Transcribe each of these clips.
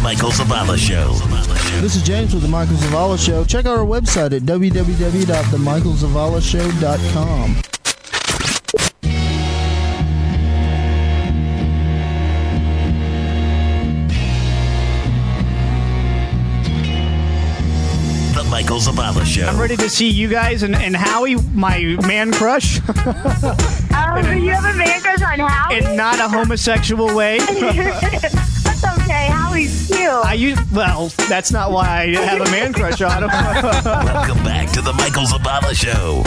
Michael Zavala Show. This is James with The Michael Zavala Show. Check out our website at www.themichaelzavalashow.com. The Michael Zavala I'm Show. ready to see you guys and, and Howie, my man crush, Oh, do you have a man crush on Howie? in not a homosexual way. That's okay. Howie's cute. I use, well, that's not why I have a man crush on him. Welcome back to The Michael Zavala Show.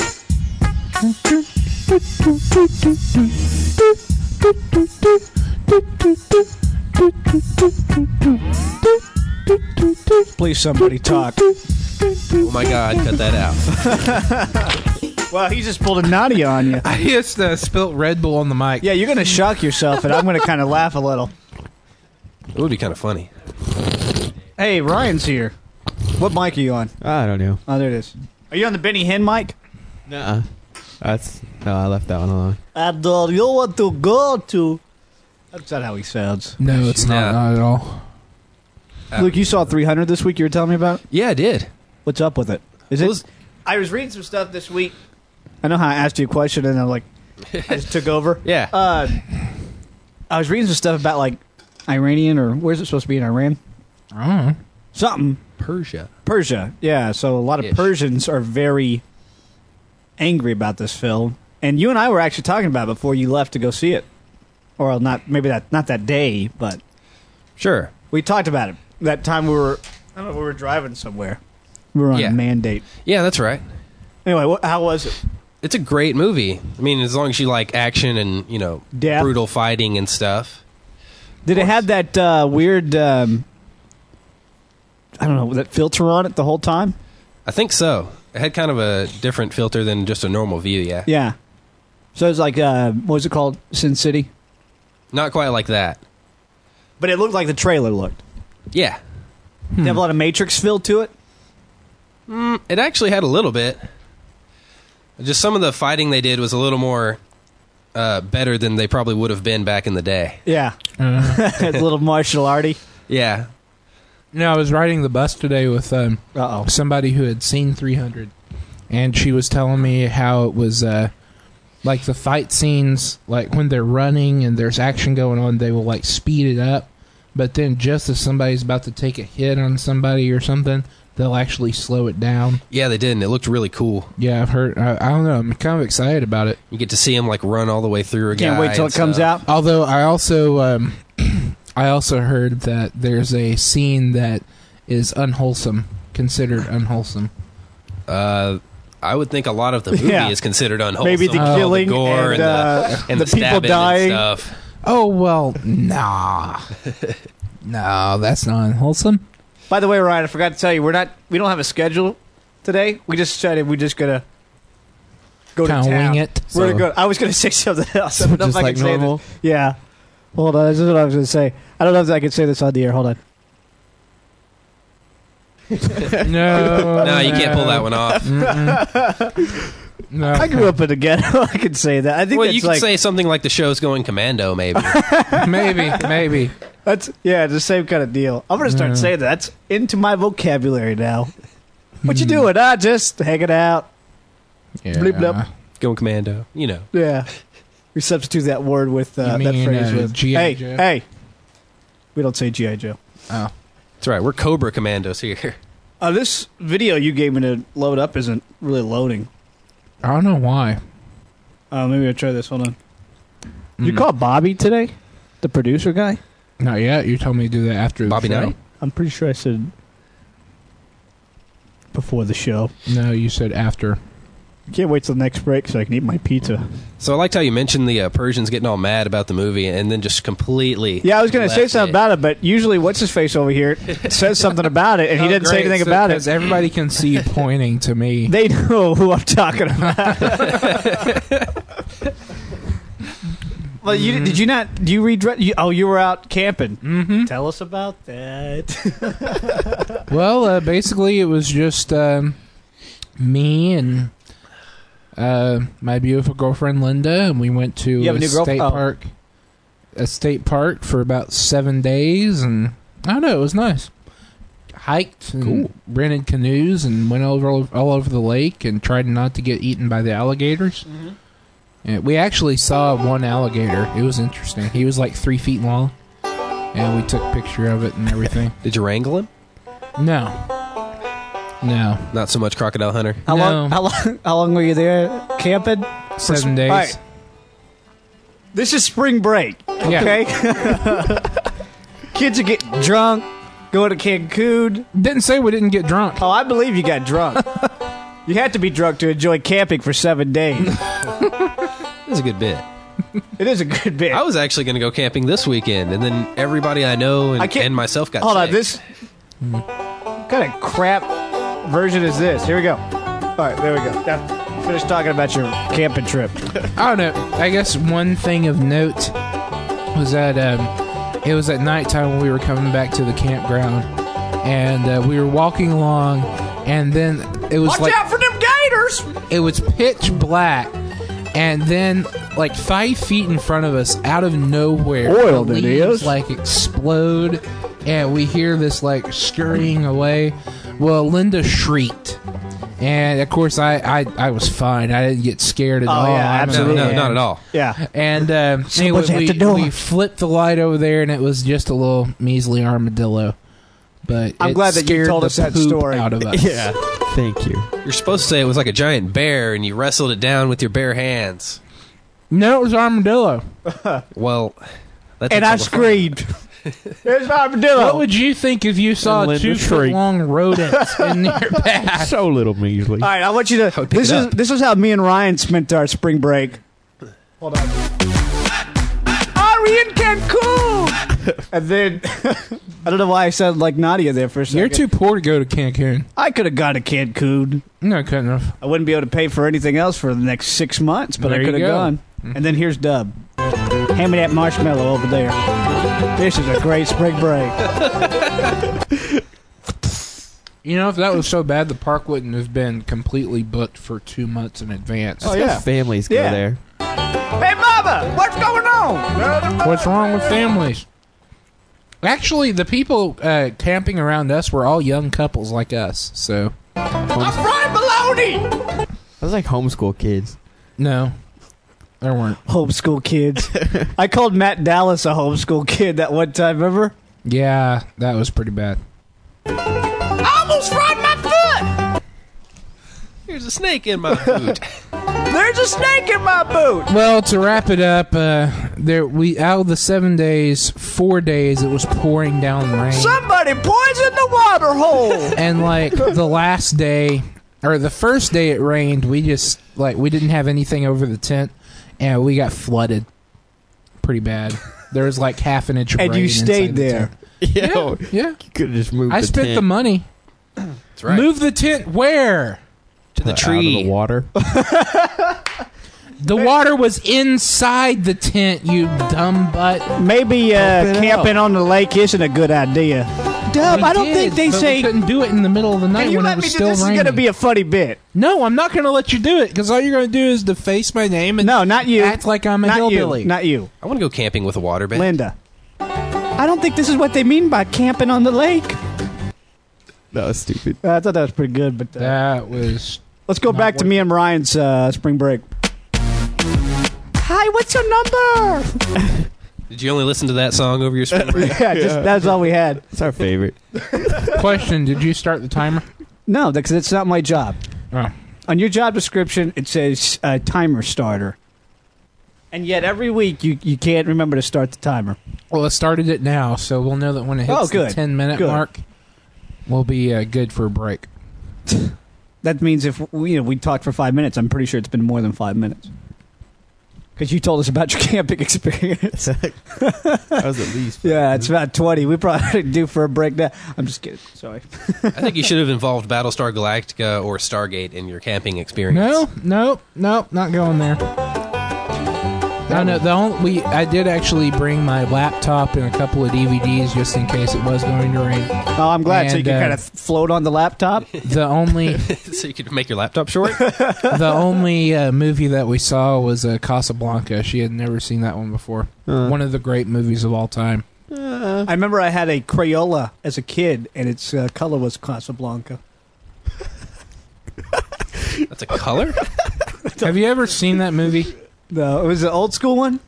Please, somebody talk. Oh my God, cut that out. well, he just pulled a naughty on you. I just uh, spilt Red Bull on the mic. Yeah, you're going to shock yourself, and I'm going to kind of laugh a little. It would be kind of funny. Hey, Ryan's here. What mic are you on? I don't know. Oh, there it is. Are you on the Benny Hinn mic? Nuh-uh. That's no. I left that one alone. Abdul, you want to go to. That's not how he sounds. No, it's Yeah. not, not at all. Luke, you saw 300 this week. You were telling me about. Yeah, I did. What's up with it? Is Well, it? it's- I was reading some stuff this week. I know how I asked you a question, and I like I just took over. Yeah. Uh, I was reading some stuff about like Iranian or where's it supposed to be in Iran? I don't Oh. know. Something Persia. Persia. Yeah, so a lot of Ish. Persians are very angry about this film. And you and I were actually talking about it before you left to go see it. Or not maybe that not that day, but Sure. we talked about it. That time we were I don't know, we were driving somewhere. We were on Yeah. a mandate. Yeah, that's right. Anyway, what, how was it? It's a great movie. I mean, as long as you like action and you know Death. brutal fighting and stuff. Did it have that uh, weird um, I don't know, that filter on it the whole time? I think so. It had kind of a different filter than just a normal view. Yeah. Yeah. So it's like uh, what was it called? Sin City? Not quite like that. But it looked like the trailer looked. Yeah. Did it have a lot of Matrix feel to it? It actually had a little bit. Just some of the fighting they did was a little more uh, better than they probably would have been back in the day. Yeah. a little martial arty. Yeah. No, I was riding the bus today with um, Uh oh. somebody who had seen 300, and she was telling me how it was uh, like the fight scenes, like when they're running and there's action going on, they will like speed it up, but then just as somebody's about to take a hit on somebody or something, they'll actually slow it down. Yeah, they did, and it looked really cool. Yeah, I've heard. I, I don't know. I'm kind of excited about it. You get to see him like run all the way through a Can't guy wait till it and comes stuff. out. Although I also um, I also heard that there's a scene that is unwholesome, considered unwholesome. Uh, I would think a lot of the movie Yeah. is considered unwholesome. Maybe the Oh, the killing and, gore and, uh, the, and the, the, people stabbing dying. and stuff. Oh well, nah, no, that's not unwholesome. By the way, Ryan, I forgot to tell you, we're not we don't have a schedule today. We just said it, we're just gonna go Kind to of town. wing it. We're So- gonna go. I was gonna say something else. I So don't know if just I can like say this. normal. Yeah. Hold on. This is what I was going to say. I don't know if I can say this on the air. Hold on. No, No, you can't pull that one off. Mm-mm. No, I grew up in the ghetto. I can say that. I think Well, that's you could like say something like the show's going commando, maybe. maybe, maybe. that's yeah, it's the same kind of deal. I'm going to start Yeah. saying that. That's into my vocabulary now. What you doing? Ah, just hanging out. Yeah. Bleep, blep. going commando, you know. Yeah. We substitute that word with uh, You that mean, phrase uh, with G.I. Hey, Joe? hey. We don't say GI Joe. That's right. We're Cobra Commandos here. Uh, this video you gave me to load up isn't really loading. I don't know why. Uh, maybe I'll try this. Hold on. You Mm. call Bobby today, the producer guy. Not yet. You told me to do that after the Bobby show. Knight? I'm pretty sure I said before the show. No, you said after. Can't wait till the next break so I can eat my pizza. So I liked how you mentioned the uh, Persians getting all mad about the movie and then just completely. Yeah, I was going to left say something it. about it, but usually what's his face over here says something about it, and he Oh, didn't say great. anything So- about 'cause it. Everybody can see you pointing to me. They know who I'm talking about. well, you did you not? Do you read? You, oh, you were out camping. Mm-hmm. Tell us about that. Well, uh, basically, it was just um, me and uh, my beautiful girlfriend Linda, and we went to You have a Oh. a new girlf- state oh. park, a state park for about seven days, and I know it was nice. Hiked and rented canoes and went over all over the lake and tried not to get eaten by the alligators. Mm-hmm. And we actually saw one alligator. It was interesting. He was like three feet long, and we took a picture of it and everything. Did you wrangle him? no, no, Not so much crocodile hunter. How long? No. How long? How long were you there camping? seven days. All right. This is spring break. Yeah. Okay. Kids are getting drunk. Go to Cancun. Didn't say we didn't get drunk. Oh, I believe you got drunk. you had to be drunk to enjoy camping for seven days. That's a good bit. it is a good bit. I was actually going to go camping this weekend, and then everybody I know and, I can't- and myself got Hold sick. on. This what kind of crap version is this? Here we go. All right, there we go. Now, finish talking about your camping trip. I don't know. I guess one thing of note was that um, it was at nighttime when we were coming back to the campground, and uh, we were walking along, and then it was like for them gators. it was pitch black, and then like five feet in front of us, out of nowhere, Oiled the it leaves, is. like explode, and we hear this like scurrying away. Well, Linda shrieked. And of course, I, I, I was fine. I didn't get scared at all. Oh, yeah, I'm no, absolutely. no, mad. not at all. Yeah. And um, anyway, Someone's at we, the door. we flipped the light over there, and it was just a little measly armadillo. But I'm it glad that you scared told the us that poop story. out of us. Thank you. You're supposed to say it was like a giant bear, and you wrestled it down with your bare hands. No, it was armadillo. Well, that's And until I the fall. screamed. There's my What armadillo. would you think if you saw And a Linda two foot shrieked. long rodent in your path? So little measly. All right, I want you to. would pick This it is up. this is how me and Ryan spent our spring break. Hold on. Are we in Cancun? and then I don't know why I sounded like Nadia there for a second. You're too poor to go to Cancun. I could have gone to Cancun. No, couldn't have. I wouldn't be able to pay for anything else for the next six months, but There I you could have go. Mm-hmm. gone. And then here's Dub. Hand me that marshmallow over there. This is a great spring break. You know, if that was so bad, the park wouldn't have been completely booked for two months in advance. Oh, yeah. Families go Yeah. there. Hey, Mama, what's going on? What's wrong with families? Actually, the people uh, camping around us were all young couples like us, so. I was like homeschool kids. No, there weren't. Homeschool kids. I called Matt Dallas a homeschool kid that one time, remember? Yeah, that was pretty bad. Here's a snake in my boot. There's a snake in my boot. Well, to wrap it up, uh, there we out of the seven days, four days it was pouring down rain, Somebody poisoned the water hole. and like the last day or the first day it rained, we just like we didn't have anything over the tent, and we got flooded, pretty bad. There was like half an inch of and rain you inside stayed the there. tent. Yo, Yeah, you could have just moved. I the spent tent the money. That's right. Move the tent where to the out of the tree. water. the water was inside the tent. You dumb butt. Maybe uh, Open camping on the lake isn't a good idea. Dub, We I don't did, think they but say. we couldn't do it in the middle of the night Can you when let it was me do still this? raining. Is going to be a funny bit. no, I'm not going to let you do it because all you're going to do is deface my name and No, not you. act like I'm a not hillbilly. you. Not you, I want to go camping with a water bed. Linda. I don't think this is what they mean by camping on the lake. that was stupid. Uh, I thought that was pretty good, but uh, that was let's go not back to me and Ryan's uh, spring break. Hi, what's your number? Did you only listen to that song over your spring break? yeah, just, that's all we had. It's our favorite. question. Did you start the timer? No, because it's not my job. Oh. On your job description, it says uh, timer starter. And yet every week you, you can't remember to start the timer. Well, I started it now, so we'll know that when it hits Oh, good. the 10 minute Good. mark, we'll be uh, good for a break. That means if we, you know, we talked for five minutes, I'm pretty sure it's been more than five minutes. Because you told us about your camping experience. That was at least. yeah, it's about 20. We probably do for a break now. I'm just kidding. Sorry. I think you should have involved Battlestar Galactica or Stargate in your camping experience. No, no, no, not going there. No, no. The only we I did actually bring my laptop and a couple of DVDs just in case it was going to rain. Oh, I'm glad. so you And, can uh, kind of float on the laptop? The only so you could make your laptop short. the only uh, movie that we saw was uh, Casablanca. She had never seen that one before. Uh. one of the great movies of all time. I remember I had a Crayola as a kid, and its uh, color was Casablanca. That's a color? Have you ever seen that movie? No, it was an old school one.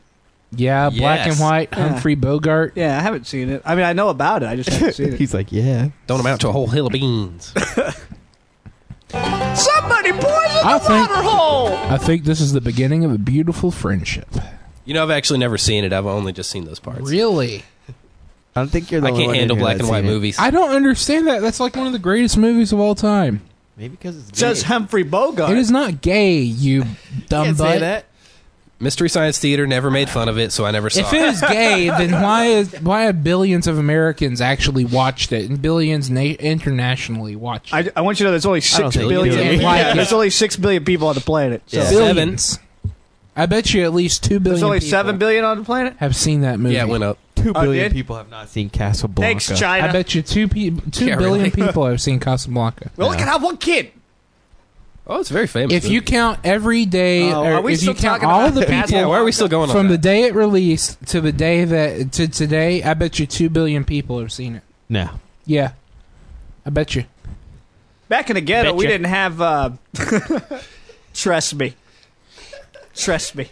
Yeah, black Yes. and white. Yeah. Humphrey Bogart. Yeah, I haven't seen it. I mean, I know about it. I just haven't seen it. He's like, yeah. Don't amount to a whole hill of beans. Somebody poisoned I think- hole. I think this is the beginning of a beautiful friendship. You know, I've actually never seen it. I've only just seen those parts. Really? I don't think you're the I only can't one in handle here black and that's white seen it. movies. I don't understand that. That's like one of the greatest movies of all time. Maybe because it's Says gay. Humphrey Bogart. It is not gay, you dumb Can't butt. say that. Mystery Science Theater never made fun of it, so I never saw If it it. is gay, then why is why have billions of Americans actually watched it and billions na- internationally watched it? I, I want you to know there's only I don't six think billion. you do. Yeah, there's only six billion people on the planet. So. Yeah. billions. I bet you at least two billion. There's only people seven billion on the planet. have seen that movie. Yeah, it went up. Two Oh, billion did? people have not seen Casablanca. Thanks, China. I bet you two pe- two Yeah, billion really. people have seen Casablanca. we only can have one kid. Oh, it's a very famous. If you movie. count every day, Oh, or are we if you still count talking all about the Casablanca? yeah, people where are we still going on from the that? day it released to the day that to today, I bet you two billion people have seen it. No. Yeah, I bet you. Back in the ghetto, we Betcha. didn't have. Uh, trust me. Trust me.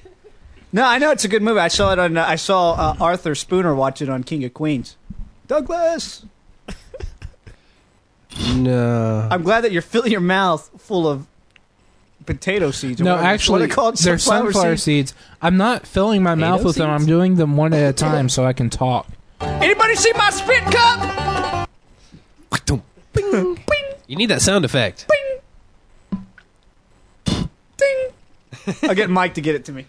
No, I know it's a good movie. I saw it on. Uh, I saw uh, Arthur Spooner watch it on King of Queens. Douglas, no, I'm glad that you're filling your mouth full of potato seeds. or No, whatever- actually, what are they called? they're Sunflower sunflower seeds? seeds. I'm not filling my mouth with them. seeds? I'm doing them one at a time so I can talk. Anybody see my spit cup? you need that sound effect. I'll get Mike to get it to me.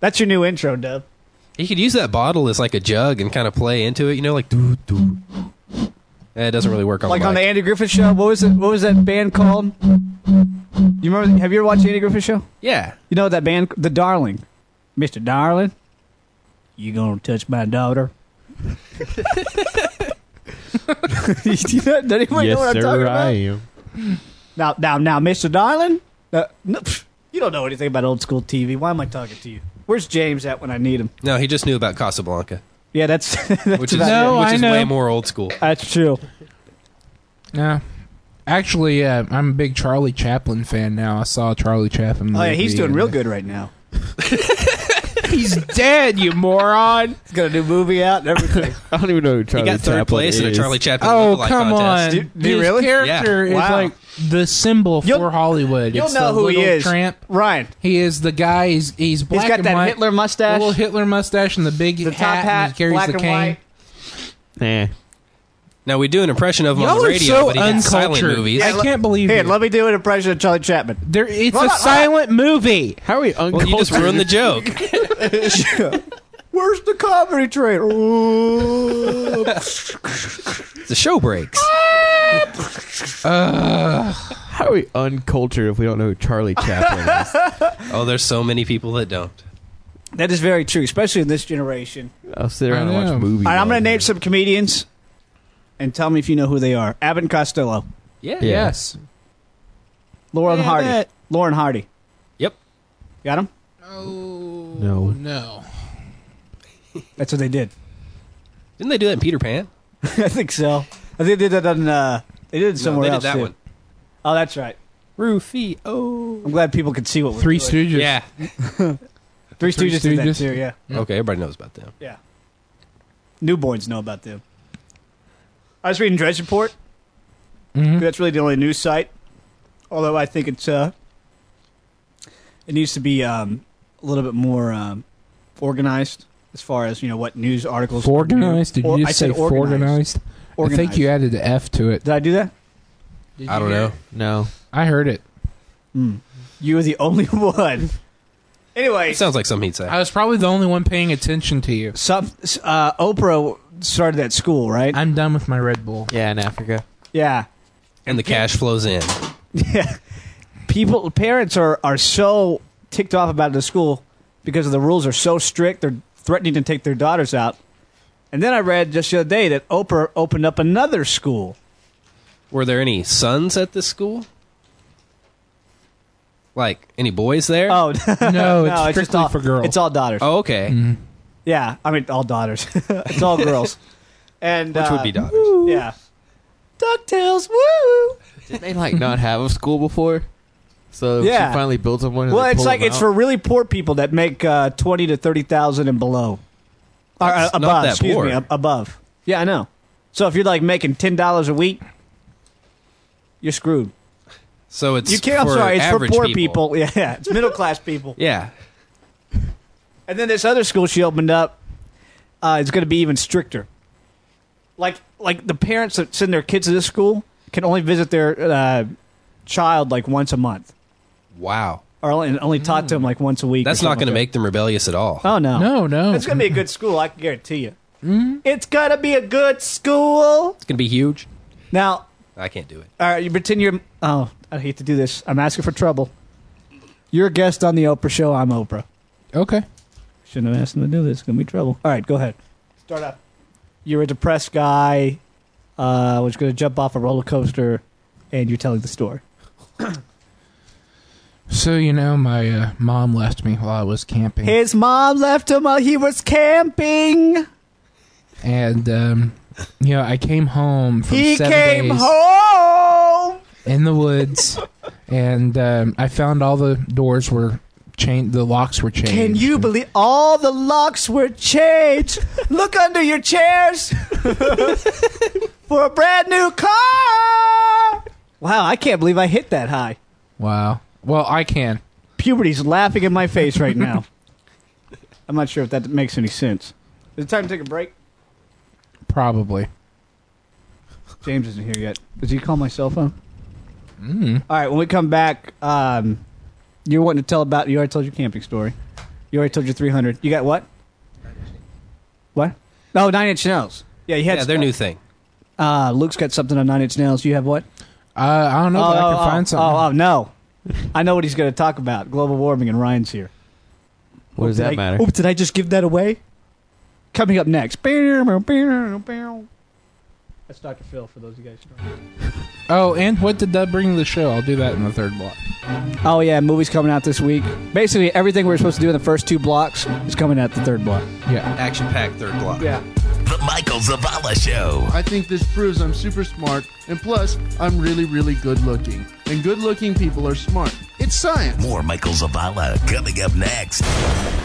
That's your new intro, Dub. You could use that bottle as like a jug and kind of play into it. You know, like doo doo. Eh, It doesn't really work on Like the on the mic. Andy Griffith Show. What was it? What was that band called? You remember? Have you ever watched Andy Griffith Show? yeah. You know that band, The Darling, Mister Darling. You gonna touch my daughter? Does anyone know what I'm talking about? am. Now, now, now, Mister Darling. Uh, no, pff, you don't know anything about old school TV. Why am I talking to you? Where's James at when I need him? No, he just knew about Casablanca, Yeah, that's that's, which is about No, it. which I is know. way more old school. that's true. Yeah. Actually, uh, I'm a big Charlie Chaplin fan now. I saw Charlie Chaplin. Oh yeah, he's movie doing and- real good right now. He's dead, you moron. He's got a new movie out and everything. I don't even know who He Charlie got third Chaplin place in a is. Charlie Chaplin Oh lookalike come contest. on! Do- do you His really? character Yeah. is Wow. like the symbol You'll- for Hollywood. You'll It's know the who he little is, Tramp. Ryan. He is the guy. He's he's black He's got and that white, Hitler mustache, little Hitler mustache, and the big the hat. top and hat, he carries black the and cane. white. Eh. Now we do an impression of him on Y'all the are radio, so but he did silent uncultured. movies. I can't believe Hey, it. let me do an impression of Charlie Chapman. There, it's Hold on, hold a on. silent movie. How are you Well, uncultured? you just ruined the joke. Where's the comedy train? Ooh. The show breaks. How are we uncultured if we don't know who Charlie Chaplin is? Oh, there's so many people that don't. that is very true, especially in this generation. I'll sit around I and know. watch movies. All right, I'm all going to day. name some comedians and tell me if you know who they are. Abbott and Costello, Yeah. Yeah. Yes. Lauren Yeah, Hardy. that- Lauren Hardy. Yep. Got him? Oh No. no. That's what they did. Didn't they do that in Peter Pan? I think so. I think they did that on, uh, they did it somewhere no, they else. did that too. one. Oh, that's right. Roofy. Oh. I'm glad people could see what we're Three doing. Stooges. Yeah. Three Stooges. Three did that Stooges. too, yeah. Mm-hmm. Okay, everybody knows about them. Yeah. Newborns know about them. I was reading Dredge Report. Mhm. That's really the only news site. Although I think it's uh, it needs to be um, a little bit more um, organized as far as you know what news articles. Organized? Did Or- you I just say said organized? I think you added the F to it. Did I do that? I don't know. No. I heard it. Hmm. You were the only one. anyway, It sounds like something he'd say. I was probably the only one paying attention to you. some uh, Oprah started that school, right? I'm done with my Red Bull. Yeah, in Africa. yeah. And the cash flows in. Yeah. People, parents are, are so ticked off about the school because of the rules are so strict. They're threatening to take their daughters out. And then I read just the other day that Oprah opened up another school. Were there any sons at this school? Like any boys there? Oh, No, it's no, strictly Oh. it's just all for girls. It's all daughters. Oh, okay. Yeah, I mean all daughters. it's all girls. And Which uh, would be daughters. Yeah. Ducktales. Woo. Didn't they like not have a school before? So Yeah. she finally built up one. and Well, they it's pull like them it's out? for really poor people that make uh, twenty to thirty thousand and below, or uh, That's not above. that excuse poor. me, ab- above. Yeah, I know. So if you're like making ten dollars a week, you're screwed. So it's You can't. For I'm sorry, it's for average poor people. Yeah, yeah, it's middle class people. Yeah, And then this other school she opened up, uh, it's going to be even stricter. Like like the parents that send their kids to this school can only visit their uh, child like once a month, wow. or only, only talk to them like once a week. or Hmm. That's not something going to like make them rebellious at all. that. Oh no, No, no. It's gonna be a good school, I can guarantee you. Mm-hmm. It's gonna be a good school. It's going to be huge. Now, I can't do it. all right, you pretend you're. Oh, I hate to do this. I'm asking for trouble. You're a guest on the Oprah show. I'm Oprah. okay. Shouldn't have asked him to do this. It's gonna be trouble. All right, go ahead. Start up. You're a depressed guy, uh, was gonna jump off a roller coaster, and you're telling the story. So you know, my uh, mom left me while I was camping, His mom left him while he was camping. and um, you know, I came home from He seven came days home. in the woods, and um, I found all the doors were chained, the locks were chained. Can you believe all the locks were changed? Look under your chairs for a brand new car. Wow, I can't believe I hit that high. Wow. Well, I can. Puberty's laughing in my face right now. I'm not sure if that makes any sense. Is it time to take a break? Probably. James isn't here yet. Does he call my cell phone? All right, when we come back, um, you're wanting to tell about, you already told your camping story. You already told your 300. You got what? What? No, Nine Inch Nails. Yeah, you had yeah, their new thing. Uh, Luke's got something on Nine Inch Nails. You have what? Uh, I don't know, but I can find something. Oh, oh, no. I know what he's going to talk about global warming, and Ryan's here. What does Did that I- matter? Oops, did I just give that away? Coming up next. That's Dr. Phil, for those of you guys who don't know. Oh, and what did that bring to the show? I'll do that in the third block. Oh, yeah, movie's coming out this week. Basically, everything we are supposed to do in the first two blocks is coming out the third block. Yeah. Action packed third block. The Michael Zavala Show. I think this proves I'm super smart, and plus, I'm really, really good looking. And good looking people are smart. It's science. More Michael Zavala coming up next.